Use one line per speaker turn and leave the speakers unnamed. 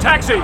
Taxi!